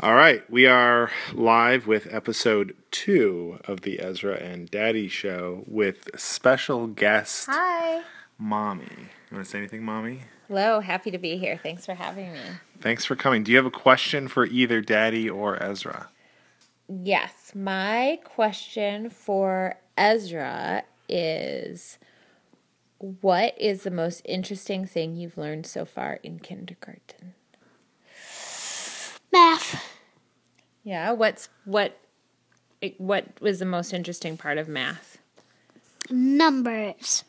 All right, we are live with episode two of the Ezra and Daddy Show with special guest Hi. Mommy. You want to say anything, Mommy? Hello. Happy to be here. Thanks for having me. Thanks for coming. Do you have a question for either Daddy or Ezra? Yes. My question for Ezra is what is the most interesting thing you've learned so far in kindergarten? Math. Yeah, what's what it- what was the most interesting part of math? Numbers.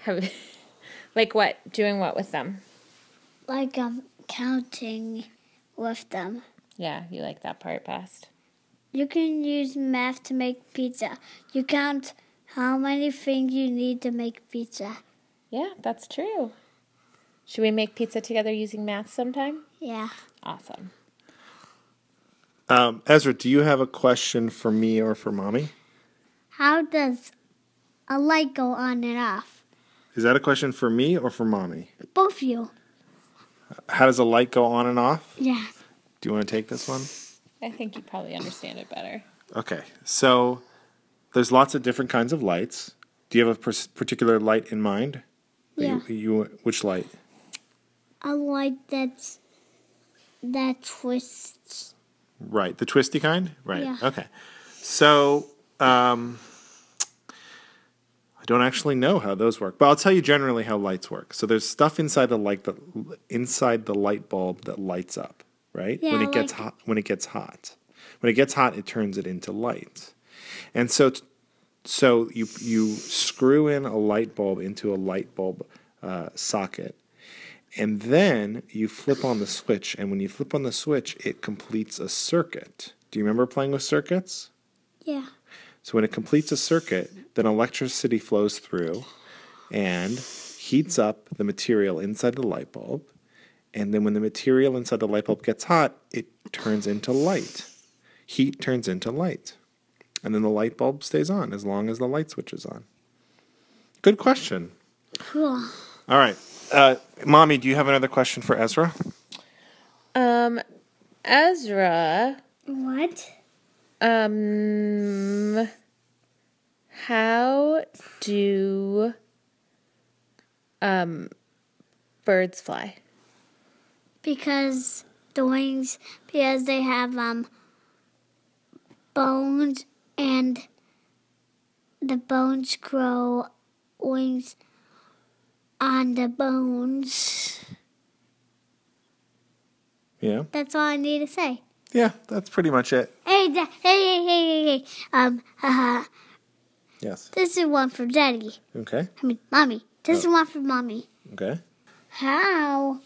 Have, like what? Doing what with them? Like I'm counting with them. Yeah, you like that part best. You can use math to make pizza. You count how many things you need to make pizza. Yeah, that's true. Should we make pizza together using math sometime? Yeah. Awesome. Um, Ezra, do you have a question for me or for Mommy? How does a light go on and off? Is that a question for me or for Mommy? Both you. How does a light go on and off? Yeah. Do you want to take this one? I think you probably understand it better. Okay, so there's lots of different kinds of lights. Do you have a pers- particular light in mind? That you- you, which light? A light that's that twists. Right, the twisty kind. Right. Yeah. Okay. So um, I don't actually know how those work, but I'll tell you generally how lights work. So there's stuff inside the light that inside the light bulb that lights up, right? when Yeah, it gets like- hot, when it gets hot, when it gets hot, it turns it into light. And so, t- so you you screw in a light bulb into a light bulb uh, socket, and then you flip on the switch. And when you flip on the switch, it completes a circuit. Do you remember playing with circuits? Yeah. So when it completes a circuit, then electricity flows through and heats up the material inside the light bulb. And then when the material inside the light bulb gets hot, it turns into light. Heat turns into light. And then the light bulb stays on as long as the light switch is on. Good question. Cool. All right. Uh, Mommy, do you have another question for Ezra? Um, Ezra, What? um, how do um birds fly? Because the wings, because they have um bones and the bones grow wings on the bones. Yeah. That's all I need to say. Yeah, that's pretty much it. Hey, da- hey, hey, hey, hey, hey. Um, haha. Yes. This is one for Daddy. Okay. I mean, Mommy. This is one for Mommy. Okay. How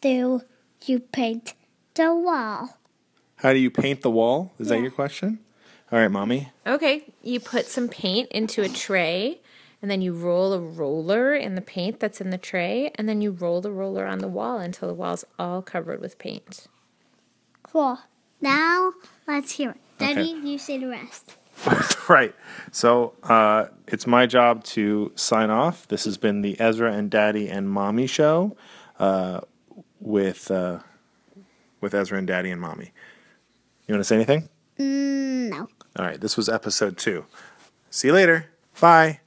do you paint the wall? How do you paint the wall? Is that Yeah. your question? All right, Mommy. Okay, you put some paint into a tray and then you roll a roller in the paint that's in the tray and then you roll the roller on the wall until the wall's all covered with paint. Cool. Now, let's hear it. Daddy, Okay. you say the rest. Right. So uh, it's my job to sign off. This has been the Ezra and Daddy and Mommy show uh, with uh, with Ezra and Daddy and Mommy. You want to say anything? Mm, no. All right. This was episode two. See you later. Bye.